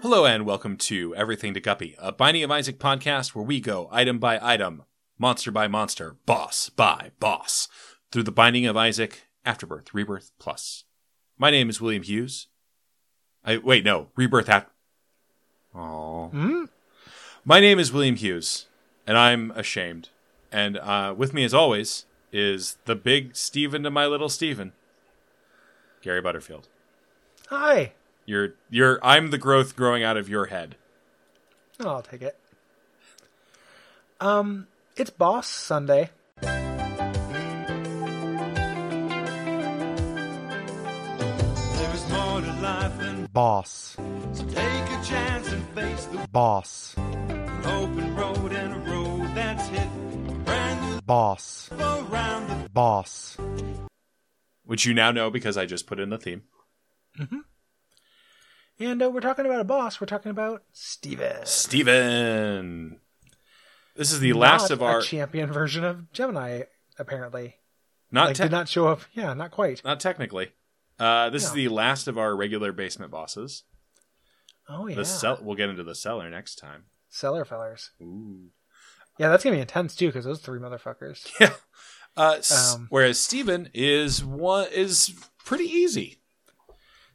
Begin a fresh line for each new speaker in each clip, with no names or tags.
Hello and welcome to Everything to Guppy, a Binding of Isaac podcast where we go item by item, monster by monster, boss by boss, through the Binding of Isaac, Afterbirth, Rebirth, Plus. My name is William Hughes. I wait, no, Rebirth After. Oh. My name is William Hughes, and I'm ashamed. And uh, with me, as always, is the big Steven to my little Steven, Gary Butterfield.
Hi.
You're you're I'm the growth growing out of your head.
Oh, I'll take it. Um, it's Boss Sunday.
There is more to life than
Boss.
so take a chance and face the
Boss.
open road and a road that's hit. Brand
Boss.
new around the
Boss.
which you now know because I just put in the theme.
And uh, we're talking about a boss. We're talking about Steven.
Steven. This is the last
Not
of our
a champion version of Gemini, apparently.
not
like,
te-
did
not-,
not show up. Yeah, not quite.
technically. Uh, this is
No.
the last of our regular basement bosses.
Oh, yeah.
The cell we'll get into the cellar next time.
Cellar fellers.
Ooh.
Yeah, that's going to be intense, too, because those three motherfuckers.
Uh, s-
Um.
whereas Steven is one is pretty easy.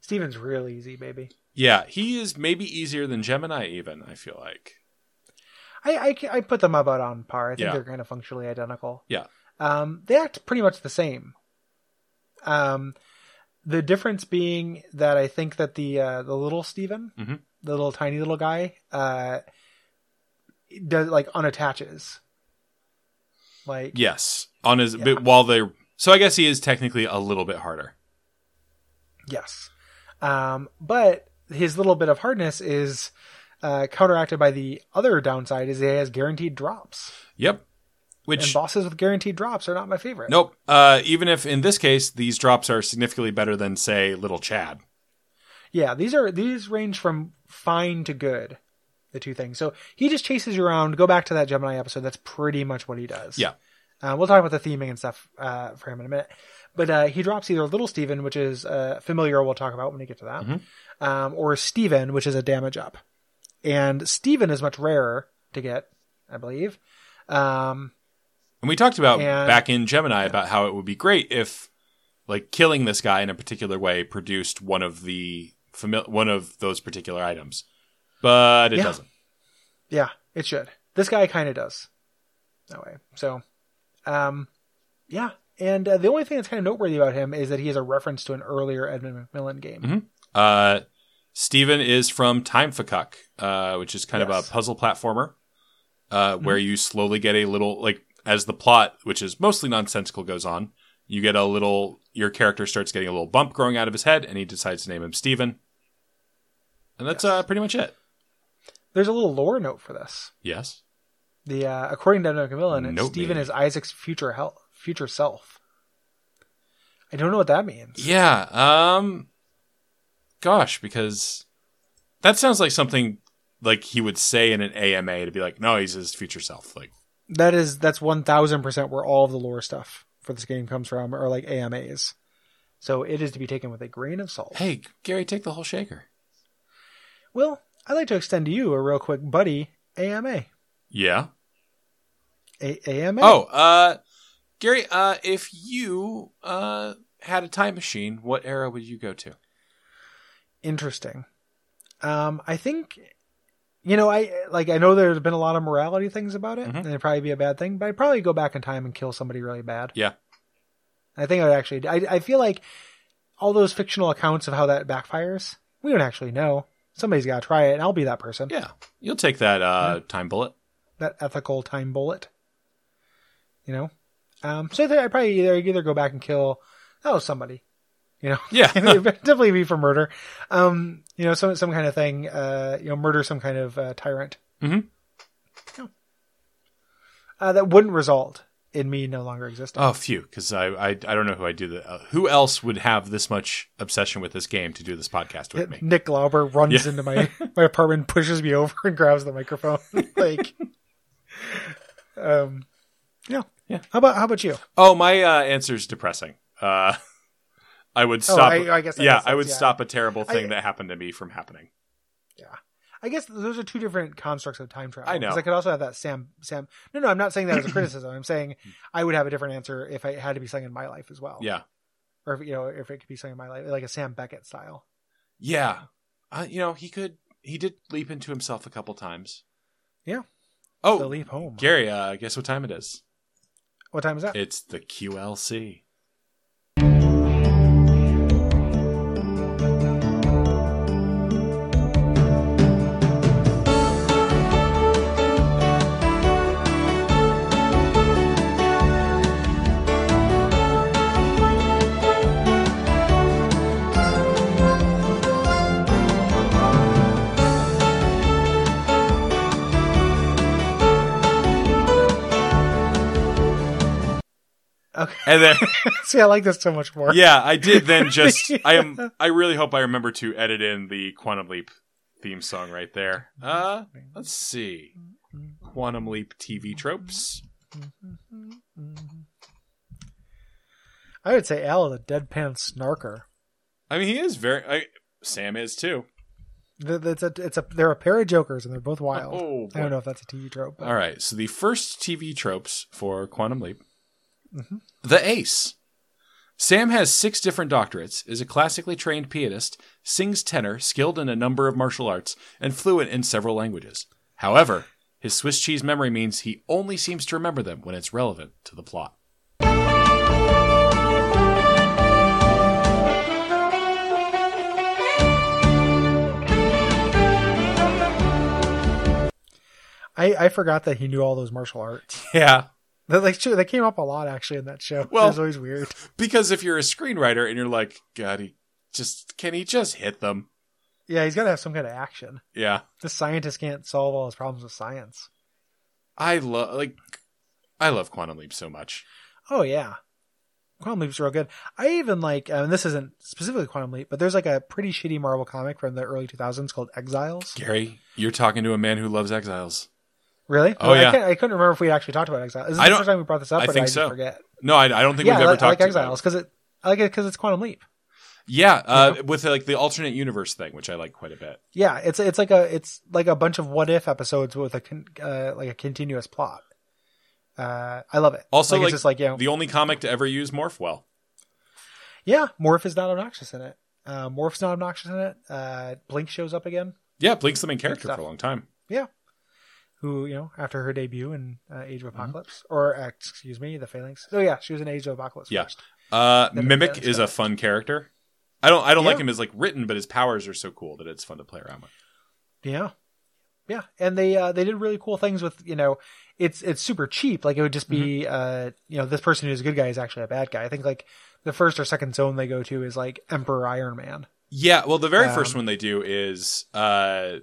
Steven's real easy, baby.
Yeah, he is maybe easier than Gemini even, I feel like.
I, I, ca- I put them about on par. I think
Yeah.
they're kind of functionally identical.
Yeah.
Um, they act pretty much the same. Um, the difference being that I think that the uh, the little Steven,
Mhm.
the little tiny little guy, uh, does like unattaches. Like
Yes. On his
Yeah.
but while they're so I guess he is technically a little bit harder.
yes, um, but his little bit of hardness is uh, counteracted by the other downside is he has guaranteed drops,
Yep. Which
and bosses with guaranteed drops are not my favorite.
Nope. Uh, even if in this case these drops are significantly better than say Little Chad.
Yeah, these are these range from fine to good, the two things. So he just chases you around. Go back to that Gemini episode. That's pretty much what he does.
Yeah.
Uh, we'll talk about the theming and stuff uh, for him in a minute. But uh, he drops either Little Steven, which is uh, familiar, we'll talk about when we get to that, um, or Steven, which is a damage up. And Steven is much rarer to get, I believe. Um,
And we talked about
And-
back in Gemini about how it would be great if like killing this guy in a particular way produced one of the fami- one of those particular items. But it
Yeah.
doesn't.
Yeah, it should. This guy kind of does that way. So, um, yeah. And uh, the only thing that's kind of noteworthy about him is that he is a reference to an earlier Edmund McMillan game.
Uh Steven is from Time Fakuk, uh, which is kind of
Yes.
a puzzle platformer uh, where you slowly get a little like as the plot, which is mostly nonsensical, goes on. You get a little. Your character starts getting a little bump growing out of his head, and he decides to name him Steven. And that's
Yes.
uh, pretty much it.
There's a little lore note for this.
Yes.
The uh, according to Edmund McMillan,
Note
Stephen
me.
is Isaac's future hel- future self. I don't know what that means.
Yeah. Um. Gosh, because that sounds like something like he would say in an AMA to be like, "No, he's his future self." Like,
That is that's one thousand percent where all of the lore stuff for this game comes from, or like AMAs. So it is to be taken with a grain of salt.
"Hey, Gary, take the whole shaker."
Well, I'd like to extend to you a real quick buddy AMA.
Yeah.
A- AMA.
Oh, uh, Gary, uh, if you uh, had a time machine, what era would you go to?
interesting. Um, I think, you know, I like I know there's been a lot of morality things about it,
Mhm.
and it'd probably be a bad thing. But I'd probably go back in time and kill somebody really bad.
Yeah.
I think I would actually. I I feel like all those fictional accounts of how that backfires, we don't actually know. Somebody's got to try it, and I'll be that person.
Yeah, you'll take that uh, time bullet.
That ethical time bullet. You know, um, so I think I'd probably either either go back and kill oh somebody, you know,
Yeah,
It'd definitely be for murder. Um, you know, some some kind of thing. Uh, you know, murder some kind of uh, tyrant.
Mhm.
Yeah. Uh, that wouldn't result in me no longer existing.
oh, phew, because I, I I don't know who I do the uh, who else would have this much obsession with this game to do this podcast with me.
Nick Lauber runs
Yeah.
into my my apartment, pushes me over, and grabs the microphone. like, um, yeah,
Yeah.
How about how about you?
Oh, my uh, answer is depressing. Uh, I would stop.
Oh, I- I guess that
yeah,
makes
I would
sense, yeah.
stop a terrible thing
I-
that happened to me from happening.
I guess those are two different constructs of time travel.
I know.
'Cause I could also have that Sam. Sam. No, no, I'm not saying that as a criticism. I'm saying I would have a different answer if it had to be something in my life as well.
Yeah.
Or if you know, if it could be something in my life, like a Sam Beckett style.
Yeah. Uh, you know, he could, he did leap into himself a couple times.
Yeah. the
Oh,
leap home.
Gary, uh, guess what time it is?
What time is that?
It's the QLC.
Okay.
And then,
See, I like this so much more.
yeah, I did then just, I am, I really hope I remember to edit in the Quantum Leap theme song right there. Uh, let's see. Quantum Leap TV tropes.
I would say Al is a deadpan snarker.
I mean, he is very, I, Sam is too.
Th- That's a, it's a, they're a pair of jokers and they're both wild.
Oh,
I
boy.
don't know if that's a TV trope. But
All right. So the first TV tropes for Quantum Leap Mm-hmm. The Ace. Sam has six different doctorates, is a classically trained pianist, sings tenor, skilled in a number of martial arts, and fluent in several languages. However, his Swiss cheese memory means he only seems to remember them when it's relevant to the plot.
I, I forgot that he knew all those martial arts.
Yeah.
That like sure, that came up a lot actually in that show.
Well-
it was always weird.
Because if you're a screenwriter and you're like, God, he just, can he just hit them?
Yeah, he's got to have some kind of action.
Yeah.
The scientist can't solve all his problems with science.
I love, like, I love Quantum Leap so much.
Oh yeah, Quantum Leap's real good. I even like, um, this isn't specifically Quantum Leap, but there's like a pretty shitty Marvel comic from the early 2000s called Exiles.
Gary, you're talking to a man who loves exiles.
Really?
Oh,
I
yeah.
can't- I, couldn't remember if we actually talked about Exiles. Is this
I
the
don't-
first time we brought this up?
I
or did
think
just
so.
forget.
No, I, I don't think
Yeah, I
we've ever
like, I like
talked about
Exiles because it, I like it because it's Quantum Leap.
Yeah, uh, with like the alternate universe thing, which I like quite a bit.
Yeah, it's it's like a it's like a bunch of what if episodes with a con, uh, like a continuous plot. Uh, I love it.
Also,
like,
like,
it's just like you know,
the only comic to ever use morph well.
yeah, Morph is not obnoxious in it. Uh, Morph's not obnoxious in it. Uh, Blink shows up again,
Yeah, Blink's the main character
stuff.
for a long time.
who you know after her debut in uh, Age of Apocalypse or uh, excuse me, the Phalanx. Oh yeah, she was in Age of Apocalypse.
Yeah.
first.
Uh,
Then
Mimic
Advanced
is a fun character. I don't I don't like
Yeah.
him as like written, but his powers are so cool that it's fun to play around with.
Yeah. Yeah, and they uh, they did really cool things with you know, it's it's super cheap. Like it would just be uh you know this person who's a good guy is actually a bad guy. I think like the first or second zone they go to is like Emperor Iron Man.
Yeah, well, the very first
Um,
one they do is uh,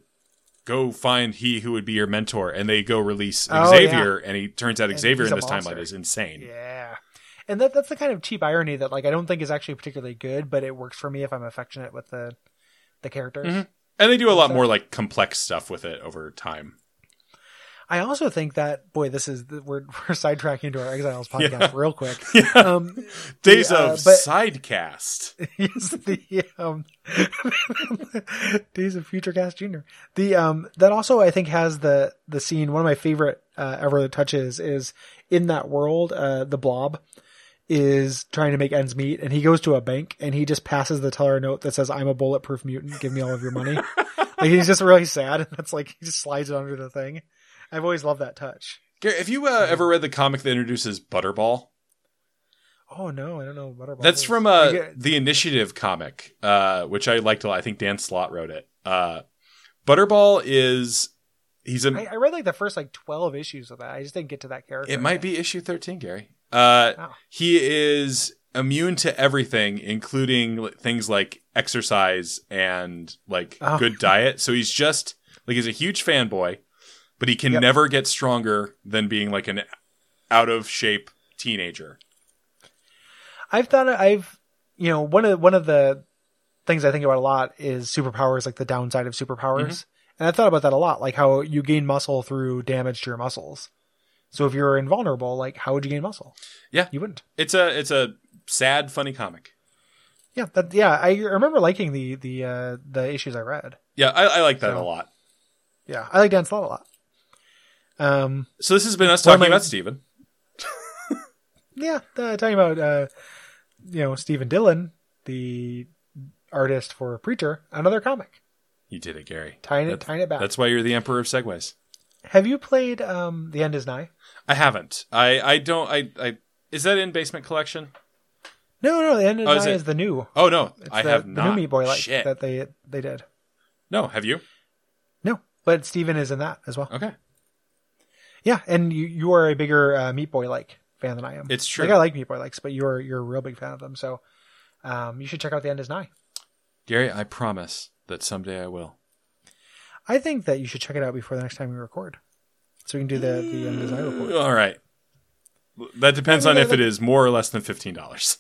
go find he who would be your mentor, and they go release
Oh,
Xavier, and he turns out Xavier
he's
in
a
this
monster.
timeline is insane.
Yeah, and that that's the kind of cheap irony that like I don't think is actually particularly good, but it works for me if I'm affectionate with the the characters.
Mhm. And they do a lot
So-
more like complex stuff with it over time.
I also think that boy, this is the, we're we're sidetracking to our Exiles podcast
Yeah.
real quick.
Yeah.
Um,
Days
The, uh,
of
but-
sidecast.
is the um, Days of Future Cast Junior. The um that also I think has the the scene. One of my favorite uh, ever touches is in that world. Uh, the Blob is trying to make ends meet, and he goes to a bank and he just passes the teller a note that says, "I'm a bulletproof mutant. Give me all of your money." like he's just really sad, and that's like he just slides it under the thing. I've always loved that touch.
Gary, have you uh, ever read the comic that introduces Butterball?
Oh no, I don't know. Butterball
That's
is.
from uh,
I get-
the Initiative comic, uh, which I liked a lot. I think Dan Slott wrote it. Uh, Butterball is he's a.
I, I read like the first like twelve issues of that. I just didn't get to that character.
it might be issue thirteen, Gary. Uh,
Wow.
He is immune to everything, including li- things like exercise and like
Oh.
good diet. So he's just like he's a huge fanboy, but he can
Yep.
never get stronger than being like an out of shape teenager.
I've thought I've you know one of one of the things I think about a lot is superpowers, like the downside of superpowers, and I thought about that a lot, like how you gain muscle through damage to your muscles. So if you're invulnerable, like how would you gain muscle?
Yeah.
you wouldn't.
It's a it's a sad, funny comic.
Yeah, that yeah. I remember liking the the uh, the issues I read.
Yeah, I, I like that
So-
a lot.
Yeah, I like Dan Slott a lot. Um,
So this has been us
Well,
talking
my-
about Steven.
yeah, uh, talking about uh, you know Stephen Dillon, the artist for Preacher, another comic.
You did it, Gary.
Tying it-
That-
tying it back.
That's why you're the emperor of segues.
Have you played um, The End Is Nigh?
I haven't. I I don't. I I is that in basement collection?
No, no, The End Is
Oh, is
Nigh
it-
is, the new.
Oh no,
It's
I
the,
have
the
not.
new Meat Boy like
Shit.
that they they did.
No, have you?
No, but Steven is in that as well.
Okay.
Yeah, and you you are a bigger uh, Meat Boy like fan than I am.
It's true.
Like I like Meat Boy likes, but you're you're a real big fan of them. So um, you should check out The End Is Nigh.
Gary, I promise that someday I will.
I think that you should check it out before the next time we record, so we can do the the End Is Nigh report.
All right. That depends on if it is more or less than fifteen dollars.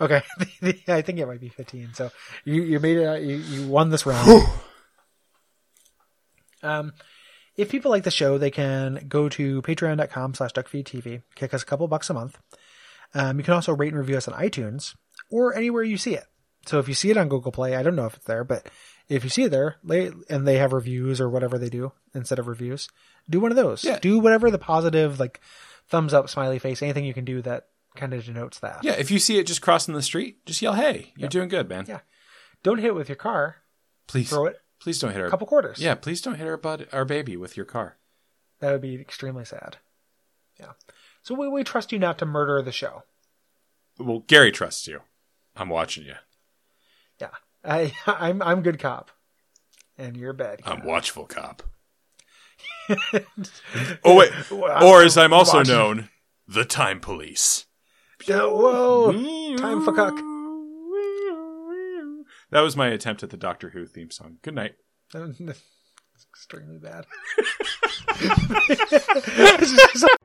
Okay, I think it might be fifteen. So you you made it. out- You you won this round. um, if people like the show, they can go to patreon.com slash duckfeedtv, kick us a couple bucks a month. Um, you can also rate and review us on iTunes or anywhere you see it. So if you see it on Google Play, I don't know if it's there, but if you see it there, they, and they have reviews or whatever they do instead of reviews, do one of those.
Yeah.
Do whatever the positive, like thumbs up, smiley face, anything you can do that kind of denotes that.
Yeah, if you see it just crossing the street, just yell, "Hey, you're doing good, man!"
Yeah. Don't hit it with your car.
Please,
Throw it
please don't hit our
a couple quarters.
Yeah, please don't hit our bud, our baby with your car.
That would be extremely sad. Yeah. So we, we trust you not to murder the show.
Well, Gary trusts you. I'm watching you.
Yeah. I, I'm, I'm good cop. And you're bad.
I'm
cop.
watchful cop. oh wait, or as I'm also
Watch-
known, the time police.
Yeah, whoa. Oh, Time for cock.
That was my attempt at the Doctor Who theme song. Good night. Hmm?
It's extremely bad. It's just-